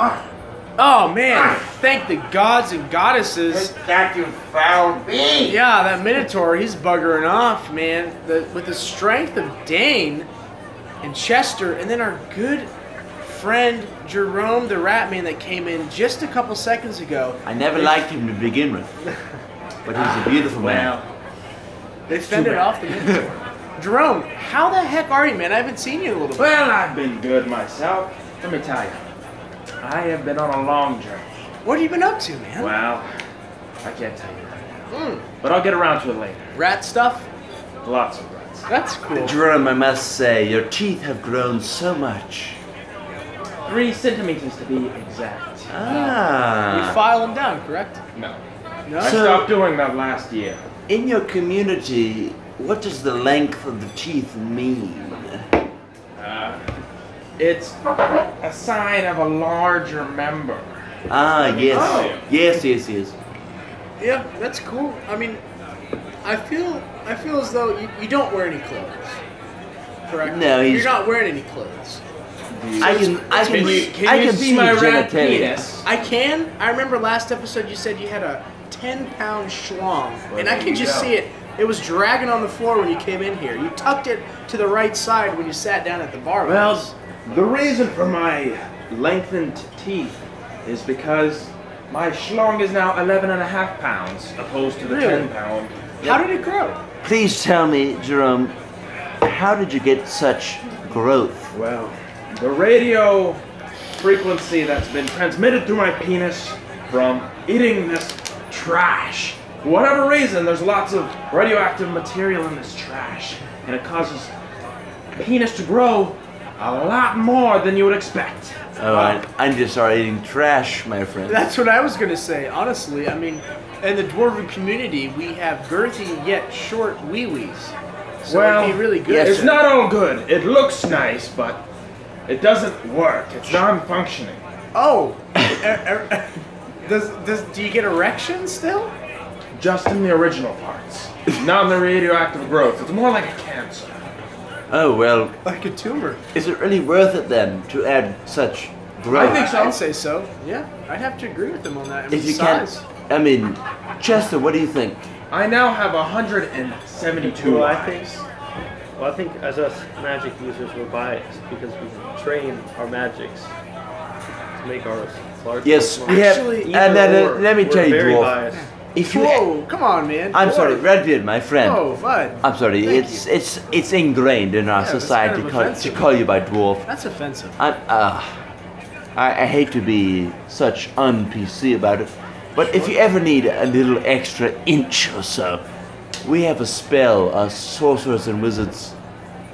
Oh man! Thank the gods and goddesses. that you found me. Yeah, that Minotaur, he's buggering off, man. The, with the strength of Dane and Chester, and then our good friend Jerome the Rat Man that came in just a couple seconds ago. I never liked him to begin with, but he was a beautiful man. They fended bad. off the Minotaur. Jerome, how the heck are you, man? I haven't seen you in a little bit. Well, I've been good myself. Let me tell you, I have been on a long journey. What have you been up to, man? Well, I can't tell you right now, Mm, but I'll get around to it later. rat stuff? Lots of rats. That's cool. Jerome, I must say, your teeth have grown so much. Three centimeters to be exact. You Ah. file them down, correct? No. No? I So- stopped doing that last year. In your community, what does the length of the teeth mean? Uh, it's a sign of a larger member. Ah, yes. Oh. Yes, yes, yes. Yeah, that's cool. I mean, I feel I feel as though you, you don't wear any clothes. Correct. No, he's- you're not wearing any clothes. I can, I can, Can you, can I you can see my rat genitalia. penis? I can. I remember last episode you said you had a ten pound schlong, Well, and I there can you just go. see it. It was dragging on the floor when you came in here. You tucked it to the right side when you sat down at the bar. with us. Well, the reason for my lengthened teeth is because my schlong is now 11 and a half pounds opposed to the Really? 10 pound. how did it grow? Please tell me, Jerome, how did you get such growth? Well, the radio frequency that's been transmitted through my penis from eating this trash. For whatever reason, there's lots of radioactive material in this trash, and it causes penis to grow a lot more than you would expect. Uh, Oh, I, I'm just sorry, eating trash, my friend. That's what I was gonna say. Honestly, I mean, in the dwarven community, we have girthy yet short wee wees. So it'd be really good. yes, it's sir. not all good. It looks nice, but it doesn't work. It's non-functioning. Oh, er- er- does does do you get erections still? Just in the original parts, not in the radioactive growth. It's more like a cancer. Oh, well, Like a tumor? is it really worth it then to add such growth? I think so. I'd say so. Yeah, I'd have to agree with them on that. I mean, If you size. can't, I mean, Chester, what do you think? I now have 172 Well, I think, lives. well, I think as us magic users, we're biased because we train our magics to make ours larger. Yes, we have. Actually, and Either then, uh, or, let me we're tell you, very dwarf. biased. If you, Whoa, come on, man. I'm Dwarf. sorry, Redbeard, my friend. Whoa, bud. I'm sorry. Thank it's you. it's it's ingrained in our Yeah, that's society kind of call- to offensive. call you by dwarf. That's offensive. I'm, uh, I, I hate to be such un-PC about it, but if you ever need a little extra inch or so, we have a spell, us sorcerers and wizards.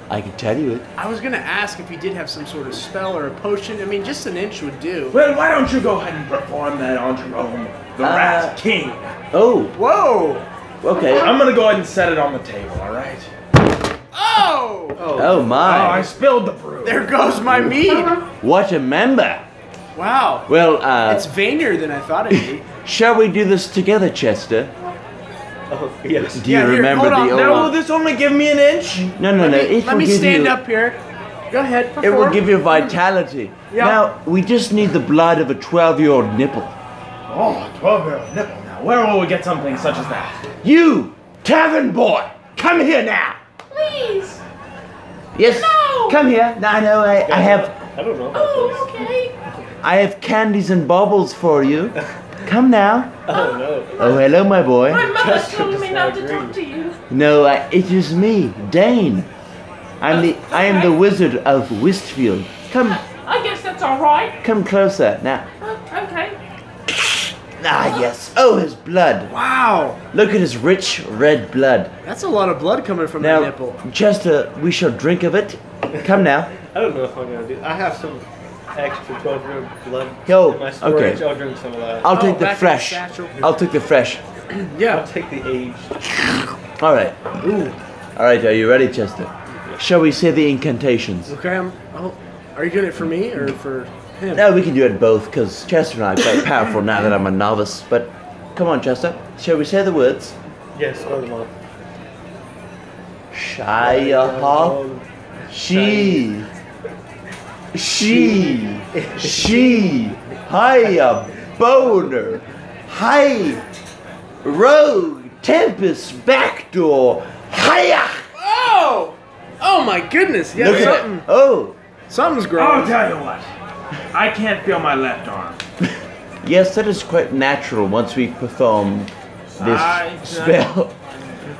I can tell you it. I was gonna ask if you did have some sort of spell or a potion. I mean, just an inch would do. Well, why don't you go ahead and perform that on Jerome, the Uh, Rat King? Oh, Whoa! okay. I'm gonna go ahead and set it on the table, alright? Oh! Oh, Oh Oh, I my! spilled the brew. There goes my mead. What a member! Wow. Well, uh, It's vainier than I thought it'd be. shall we do this together, Chester? oh, yes. Do you Yeah, here, remember hold on. the Now old? will this only give me an inch? No, no, let no. me, it let will me give stand you, up here. Go ahead. It will perform. give you vitality. Yeah. Now we just need the blood of a twelve-year-old nipple. Oh, 12 year old nipple now. Where will we get something such as that? You, tavern boy, come here now. Please! Yes. No. Come here. No, I know. I, I have, I don't know. About Oh, this. okay. I have candies and baubles for you. Come now. I don't know. Oh, hello, my boy. My mother Chester told does me not not to agree. talk to you. No, I, it is me, Dane. I'm the, I am the wizard of Wistfield. Come, I guess that's alright. come closer now. Okay. Ah, yes. Oh, his blood. Wow. Look at his rich red blood. That's a lot of blood coming from that Now, nipple. Chester, we shall drink of it. Come now. I don't know if I'm gonna do. I have some extra 12 year old blood Yo, in my storage. okay. I'll drink some of that. I'll Oh, take the back in the fresh. satchel. I'll take the fresh. I'll Yeah. take the age. All right. Ooh. All right, are you ready, Chester? Shall we say the incantations? Okay. I'm, oh, are you doing it for me or for him? No, we can do it both, because Chester and I are quite powerful now that I'm a novice. But come on, Chester. Shall we say the words? Yes, one more. Uh, um, Shiaha, she, She. She. Hiya. Boner. Hi. Rogue. Tempest. Backdoor. Hiya. Oh! Oh my goodness! Yeah, Look at something, it. Oh. something's I'll growing. tell you what. I can't feel my left arm. Yes, that is quite natural once we perform this I- spell.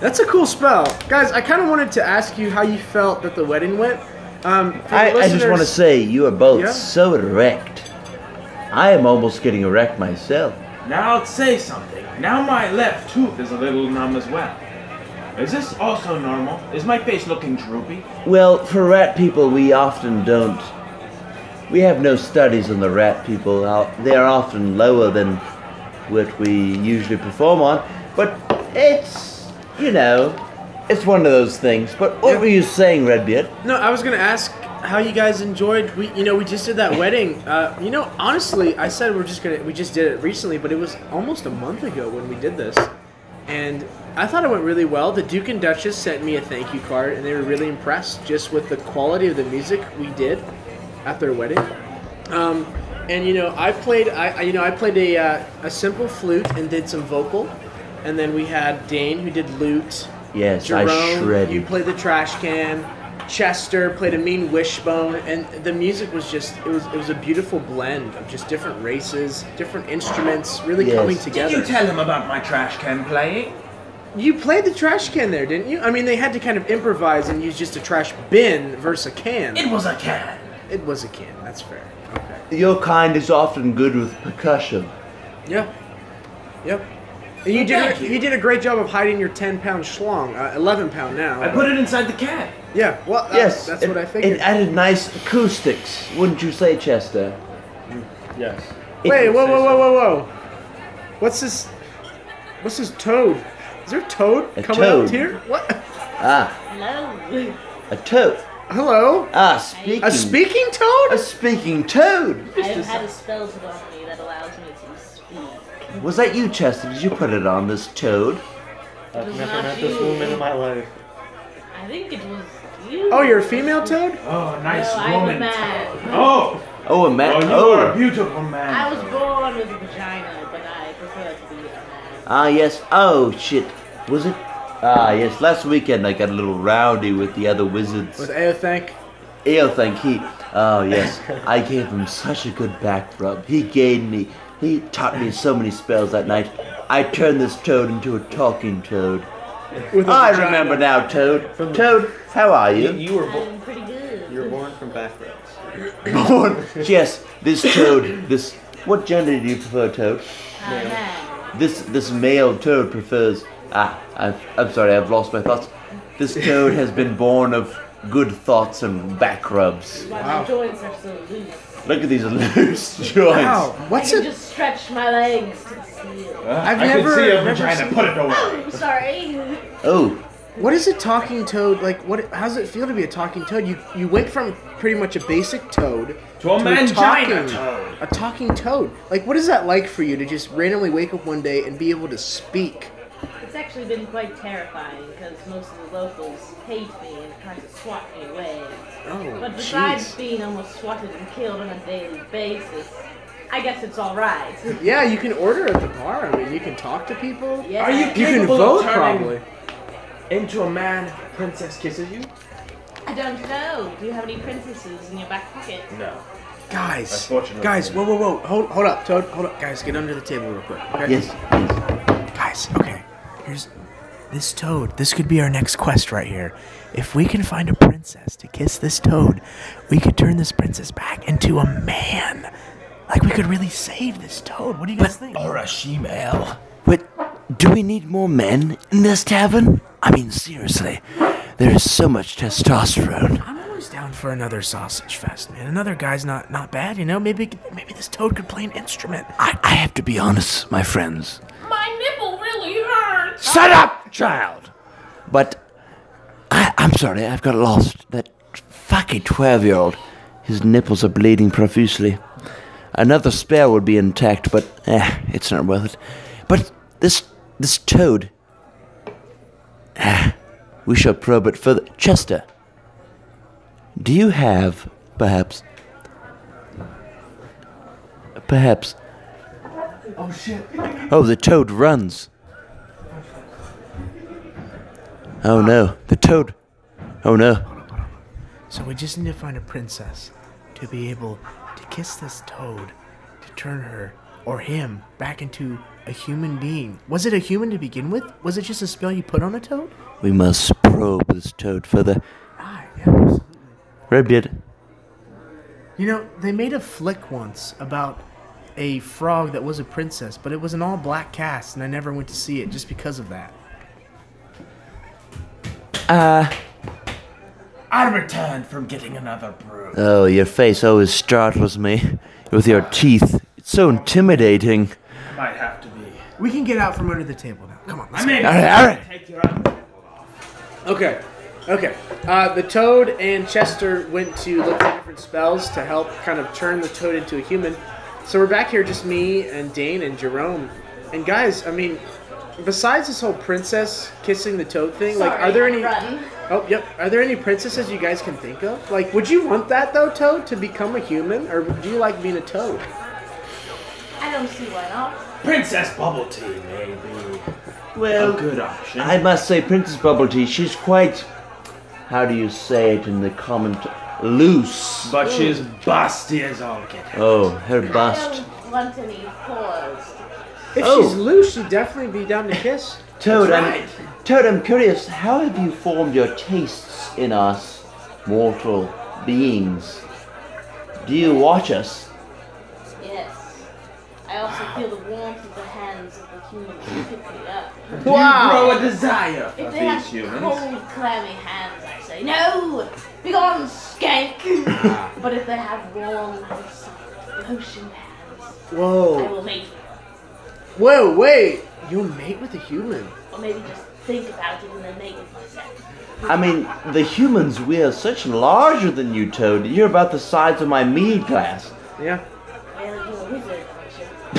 That's a cool spell, guys. I kind of wanted to ask you how you felt that the wedding went. Um, for the I, I just want to listeners- say you are both Yeah? so erect. I am almost getting erect myself. Now I'll say something. Now my left tooth is a little numb as well. Is this also normal? Is my face looking droopy? Well, for rat people, we often don't. We have no studies on the rat people. How- They are often lower than what we usually perform on. But it's, you know, it's one of those things. But what Yeah. were you saying, Redbeard? No, I was gonna ask how you guys enjoyed. We, you know, we just did that wedding. Uh, you know, honestly, I said we're just gonna. We just did it recently, but it was almost a month ago when we did this, and I thought it went really well. The Duke and Duchess sent me a thank you card, and they were really impressed just with the quality of the music we did at their wedding. Um, and you know, I played. I I- you know, I played a uh, a simple flute and did some vocal, and then we had Dane who did lute. Yes, I Jerome, shredded. you played the trash can. Chester played a mean wishbone, and the music was just—it was—it was a beautiful blend of just different races, different instruments, really Yes. coming Did together. Did you tell him about my trash can playing? You played the trash can there, didn't you? I mean, they had to kind of improvise and use just a trash bin versus a can. It was a can. It was a can. That's fair. Okay. Your kind is often good with percussion. Yeah. Yep. And you did—you thank you. did a great job of hiding your ten-pound schlong, uh, eleven-pound now. I put it inside the can. yeah. Well, uh, yes, that's it, what I figured. It added nice acoustics, wouldn't you say, Chester? Yes. It- Wait, whoa, whoa, whoa, whoa, whoa. What's this? What's this toad? Is there a toad A coming toad. out here? What? Ah, Hello. a toad. Hello? Ah, speaking. A speaking A toad? speaking toad. I have had a spell put on me that allows me to speak. Was that you, Chester? Did you put it on this toad? I've Does never not met Uh, this you. woman in my life. I think it was you. Oh, you're a female toad? Oh, No, nice I'm a woman. man. Oh, Oh, a man. oh, you are a Oh, beautiful man. I was born with a vagina, but I prefer to be a man. ah, yes. Oh, shit. Was it? Ah, yes. Last weekend I got a little rowdy with the other With wizards. Aothank. Eo, thank he. Oh, yes. I gave him such a good back rub. He gained me. He taught me so many spells that night. I turned this toad into a talking toad. With a I vagina. remember now, Toad. From- Toad, how are you? You, you were bo- I'm pretty good. you were born from backwards. Born. yes, this toad. This. What gender do you prefer, Toad? a man. This this male toad prefers. Ah, I've, I'm sorry, I've lost my thoughts. This toad has been born of good thoughts and back rubs. Why Wow. my joints are so loose. Look at these loose joints. Wow. I What's can it? just stretch my legs to the ceiling. Uh, I've I never- can see a never vagina. seen- Put it away. I'm sorry. Oh, What is a talking toad like? What? How does it feel to be a talking toad? You you went from pretty much a basic toad To a mangina talking- toad. A talking toad. Like, what is that like for you to just randomly wake up one day and be able to speak? It's actually been quite terrifying because most of the locals hate me and try to swat me away. Oh, But jeez. besides being almost swatted and killed on a daily basis, I guess it's all right. Yeah, you can order at the bar. I mean, you can talk to people. Yes, Are you I- You can Capable of vote, turning- probably. Into a man, if a princess kisses you? I don't know. Do you have any princesses in your back pocket? No. Guys, Unfortunately. guys, whoa, whoa, whoa, hold, hold up, Toad, hold up, guys, get under the table real quick. Okay? yes, yes. Guys, okay. Here's this toad. This could be our next quest right here. If we can find a princess to kiss this toad, we could turn this princess back into a man. Like we could really save this toad. What do you guys think? Or a shemale. But do we need more men in this tavern? I mean, seriously, there is so much testosterone. I'm always down for another sausage fest, man. Another guy's not not bad, you know. Maybe maybe this toad could play an instrument. I, I have to be honest, my friends. My nipple really hurts. Shut up, child! But I, I'm sorry, I've got lost. That fucking 12 year old. His nipples are bleeding profusely. Another spare would be intact, but eh, it's not worth it. But this this toad. Eh, we shall probe it further. Chester, do you have, perhaps, perhaps. Oh shit. Oh, the toad runs. Oh no, the toad. Oh no. So we just need to find a princess to be able to kiss this toad to turn her or him back into a human being. Was it a human to begin with? Was it just a spell you put on a toad? We must probe this toad further. Ah, yeah, absolutely. Redbeard, You know, they made a flick once about a frog that was a princess, but it was an all black cast, and I never went to see it just because of that. Uh. I returned from getting another brew. Oh, your face always startles me with your teeth. It's so intimidating. Might have to be. We can get out from under the table now. Come on, let's I mean, All right, all right. take your own. Okay. Okay. Uh, the toad and Chester went to look for different spells to help kind of turn the toad into a human. So we're back here, just me and Dane and Jerome. And guys, I mean, besides this whole princess kissing the toad thing, like, Sorry, are there I'm any? rotten. Oh, yep. Are there any princesses you guys can think of? Like, would you want that though, toad, to become a human, or do you like being a toad? I don't see why not. Princess Bubble Tea may be a Oh, Well, good option. I must say, Princess Bubble Tea, she's quite, how do you say it in the common, t- loose. but she's busty as all get out. Oh, her I bust. don't want any claws. If Oh. she's loose, she'd definitely be down to kiss. Toad, I'm, right. Toad, I'm curious, how have you formed your tastes in us mortal beings? Do you watch us? Yes. I also feel the warmth of the hands of the humans who pick me up. You grow a desire for If they these have humans. cold, clammy hands, I say, no! Begone, Ah. skank! but if they have warm, soft, lotion hands, Oh. I Whoa. will mate with Whoa, wait. You'll mate with a human. Or maybe just think about it and then mate with myself. I mean, the humans, we are such larger than you, Toad. You're about the size of my mead glass. Yeah. Well, you're a wizard, aren't you?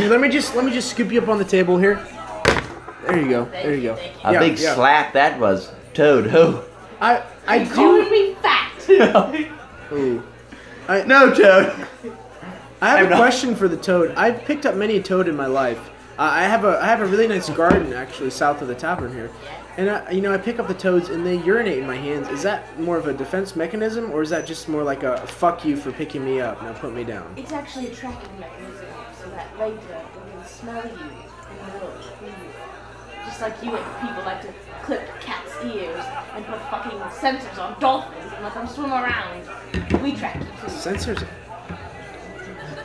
Dude, let me just let me just scoop you up on the table here. There you go. There you go. Thank you. A Yeah, big yeah. slap that was. Toad, who? I I You're calling do. me fat! Ooh. No, Toad. I have I'm a not- question for the toad. I've picked up many a toad in my life. Uh, I have a I have a really nice garden actually south of the tavern here, and I, you know I pick up the toads and they urinate in my hands. Is that more of a defense mechanism or is that just more like a fuck you for picking me up now put me down? It's actually a tracking mechanism so that later they can smell you and know who you are. Just like you and people like to clip cats' ears and put fucking sensors on dolphins and let them swim around. We track you too. Sensors.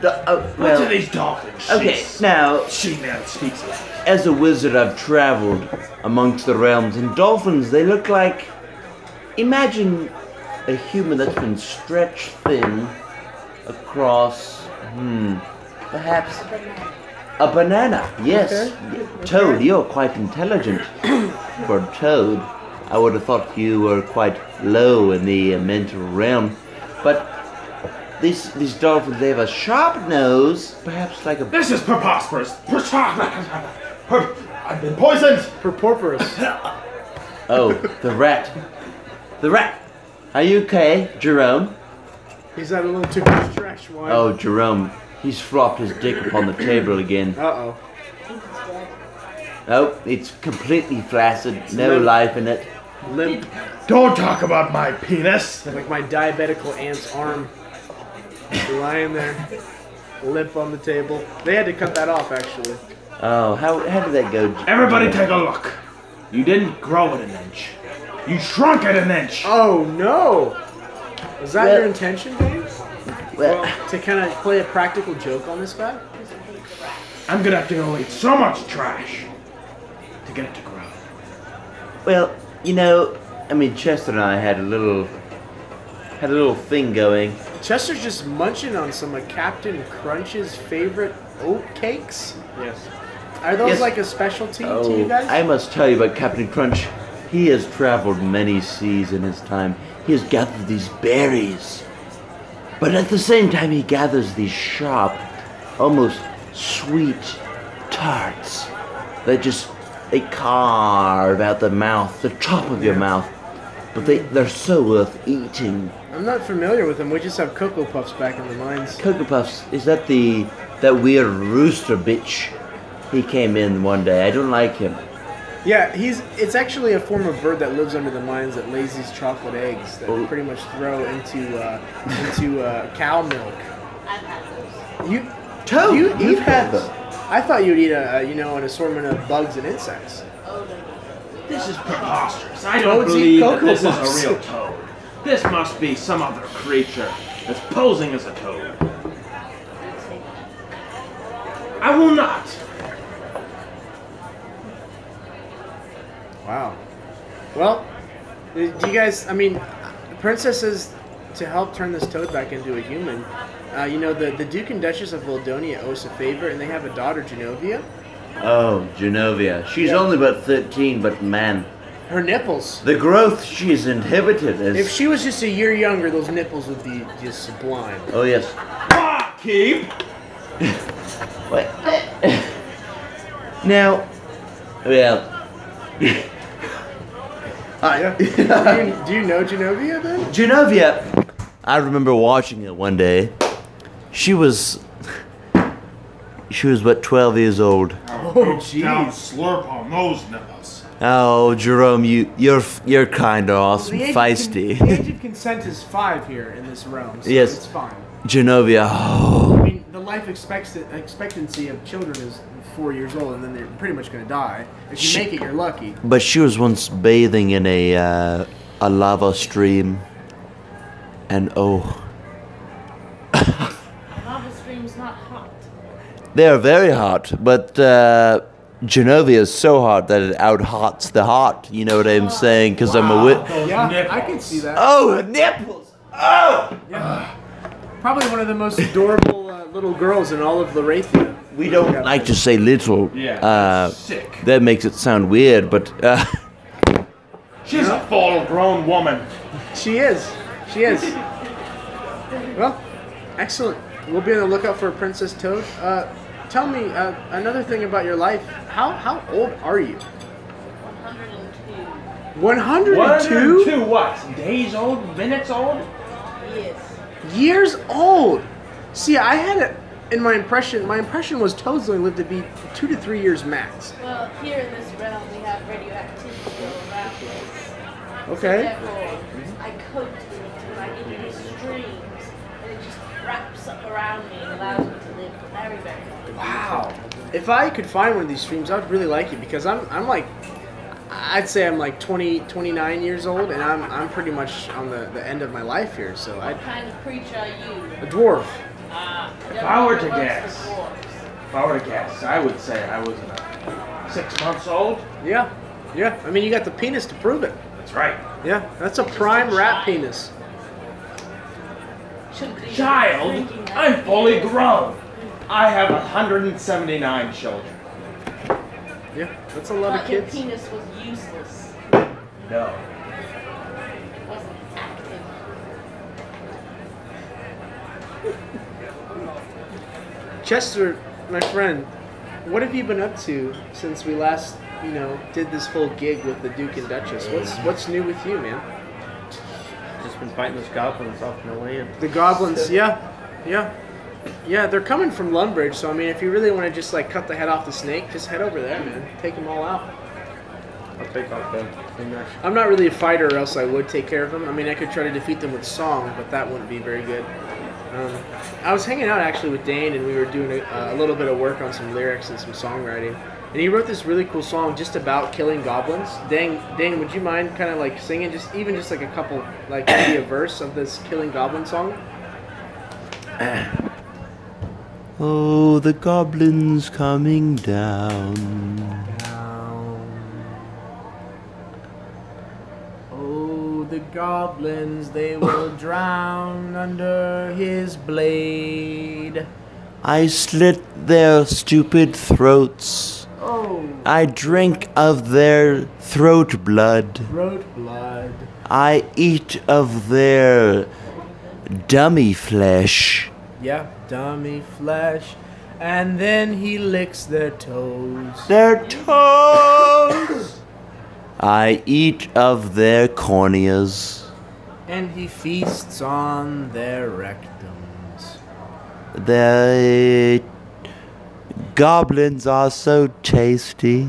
oh, What do well, these dolphins? okay, She's- now, She now speaks Latin. as a wizard, I've traveled amongst the realms, and dolphins, they look like. Imagine a human that's been stretched thin across, hmm, perhaps a banana. Yes. Toad, you're quite intelligent. For a Toad, I would have thought you were quite low in the uh, mental realm. But these, these dolphins, they have a sharp nose, perhaps like a This is preposterous. Per- I've been poisoned. Perporporous. Oh, the rat. The rat. Are you okay, Jerome? He's had a little too much trash wine. Oh, Jerome. He's flopped his dick upon the table again. Uh oh. Oh, it's completely flaccid. No life in it. Limp Don't talk about my penis. like my diabetical aunt's arm lying there limp on the table they had to cut that off actually Oh, how, how did that go? J- Everybody, Jerome? take a look. You didn't grow it an inch. You shrunk it an inch. oh no was that Well- your intention James? Well, to kind of play a practical joke on this guy I'm gonna have to go eat so much trash to get it to grow. Well, you know, I mean, Chester and I had a little had a little thing going. chester's just munching on some of captain crunch's favorite oat cakes Yes. are those Yes. like a specialty to you guys Oh, I must tell you about Captain Crunch. He has traveled many seas in his time. He has gathered these berries, but at the same time, he gathers these sharp, almost sweet tarts that just they carve out the mouth, the top of your mouth. But they, they're so worth eating. i'm not familiar with them we just have cocoa puffs back in the mines Cocoa Puffs, is that the That weird rooster bitch. He came in one day. I don't like him. Yeah, he's. It's actually a form of bird that lives under the mines that lays these chocolate eggs that Oh. pretty much throw into uh, into uh, cow milk. I've had those. You, Toad, you you've you've had had them. them. I thought you'd eat a, a you know an assortment of bugs and insects. Oh, no. This is preposterous. I don't Toads eat believe that cocoa this puffs. is a real toad. This must be some other creature that's posing as a toad. I'll take that. I will not. Wow. Well, do you guys? I mean, the princess is to help turn this toad back into a human. Uh, you know, the, the Duke and Duchess of Voldonia owe us a favor, and they have a daughter, Genovia. Oh, Genovia. She's Yeah. only about 13, but man, Her nipples. the growth she's inhibited is. If she was just a year younger, those nipples would be just sublime. oh, yes. Ah, keep. Wait. now, well. I- do, you, do you know Genovia then? Genovia, I remember watching it one day. She was. She was about 12 years old. Oh, jeez. slurp on those nipples. Oh, Jerome, you, you're f- you're kind of awesome, The age of feisty. con- the age of consent is five here in this realm, so Yes. it's fine. Genovia, I oh, mean, the life expect- expectancy of children is four years old, and then they're pretty much going to die. If you Shit. make it, you're lucky. but she was once bathing in a uh, a lava stream, and oh, Lava stream's not hot. they are very hot. But uh, Genovia is so hot that it out hots the hot. You know what I'm saying? Because I'm a wit. Yeah, I can see that. Oh, her nipples. Oh, Probably one of the most adorable uh, little girls in all of Larathia. we don't like to say little. Yeah. Uh, sick. that makes it sound weird, but uh, She's a full-grown woman. She is. She is. well, excellent. We'll be on the lookout for a Princess Toad. Uh, tell me uh, another thing about your life. How how old are you? 102. 102 Two what? Days old? Minutes old? Yes. years old. See, I had it in my impression. My impression was Toads only lived to be two to three years max. Well, here in this realm, we have radioactivity all around us. Okay. Therefore, I coat it when I get in these streams, and it just wraps up around me and allows me to live very, very long. Wow. If I could find one of these streams, I'd really like it because I'm I'm like. I'd say I'm like 20, 29 years old, and I'm, I'm pretty much on the, the end of my life here, so I, What kind of creature are you? a dwarf. Ah, If I were to everyone wants guess. the dwarves. If I were to guess, I would say I was about six months old. Yeah, yeah. I mean, you got the penis to prove it. That's right. Yeah, that's a prime rat penis. Shouldn't be Child, drinking that I'm beer. fully grown. I have 179 children. Yeah, that's a lot of But your kids. penis was useless. No. It wasn't active. Chester, my friend, what have you been up to since we last, you know, did this whole gig with the Duke and Duchess? What's what's new with you, man? Just been fighting those goblins off in the land. The goblins, yeah, yeah, yeah. They're coming from Lumbridge, so I mean, if you really want to just like cut the head off the snake, just head over there, man. Take them all out. I'll take off them. They're nice. I'm not really a fighter, or else I would take care of them. I mean, I could try to defeat them with song, but that wouldn't be very good. Um, I was hanging out actually with Dane, and we were doing a, a little bit of work on some lyrics and some songwriting. And he wrote this really cool song just about killing goblins. Dane, Dane, would you mind kind of like singing just even just like a couple, like maybe a verse of this killing goblin song? oh, the goblins coming down. Oh, the goblins, they will drown under his blade. I slit their stupid throats. Oh. I drink of their throat blood. Road blood. I eat of their dummy flesh. Yeah, dummy flesh. And then he licks their toes. Their toes. I eat of their corneas. And he feasts on their rectums. Their Goblins are so tasty.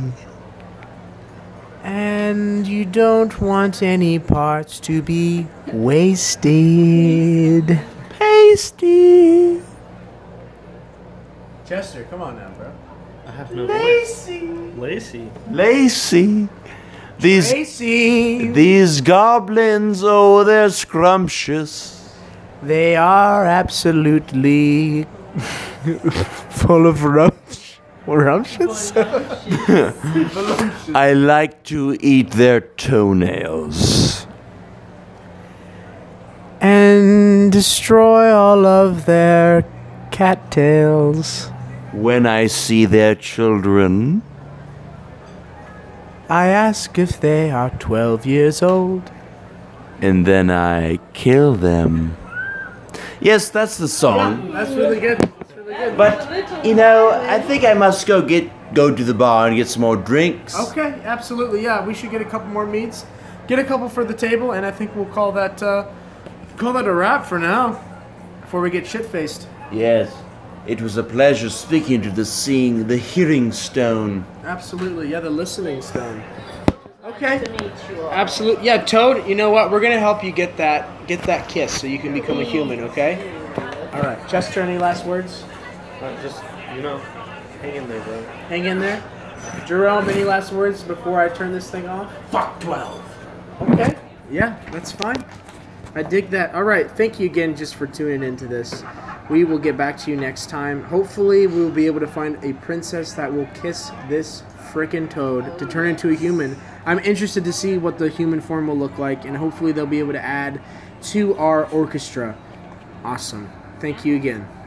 And you don't want any parts to be wasted. Pasty. Chester, come on now, bro. I have no voice. Lacey. Lacy. These Pasty. these goblins, oh, they're scrumptious. They are absolutely full of rumps. Rumptions? I like to eat their toenails. And destroy all of their cattails. When I see their children, I ask if they are 12 years old. and then I kill them. Yes, that's the song. That's really good. But you know, I think I must go get go to the bar and get some more drinks. Okay, absolutely. Yeah, we should get a couple more meats, get a couple for the table, and I think we'll call that uh, call that a wrap for now. Before we get shit faced. Yes. It was a pleasure speaking to the seeing the hearing stone. Absolutely. Yeah, the listening stone. Okay. to meet you all. Absolutely. Yeah, Toad. You know what? We're gonna help you get that get that kiss so you can become a human. Okay. All right. Chester, any last words? Uh, just, you know, hang in there, bro. Hang in there. Jerome, any last words before I turn this thing off? Fuck 12. Okay. Yeah, that's fine. I dig that. All right. Thank you again just for tuning into this. We will get back to you next time. Hopefully, we will be able to find a princess that will kiss this frickin' toad to turn into a human. I'm interested to see what the human form will look like, and hopefully, they'll be able to add to our orchestra. Awesome. Thank you again.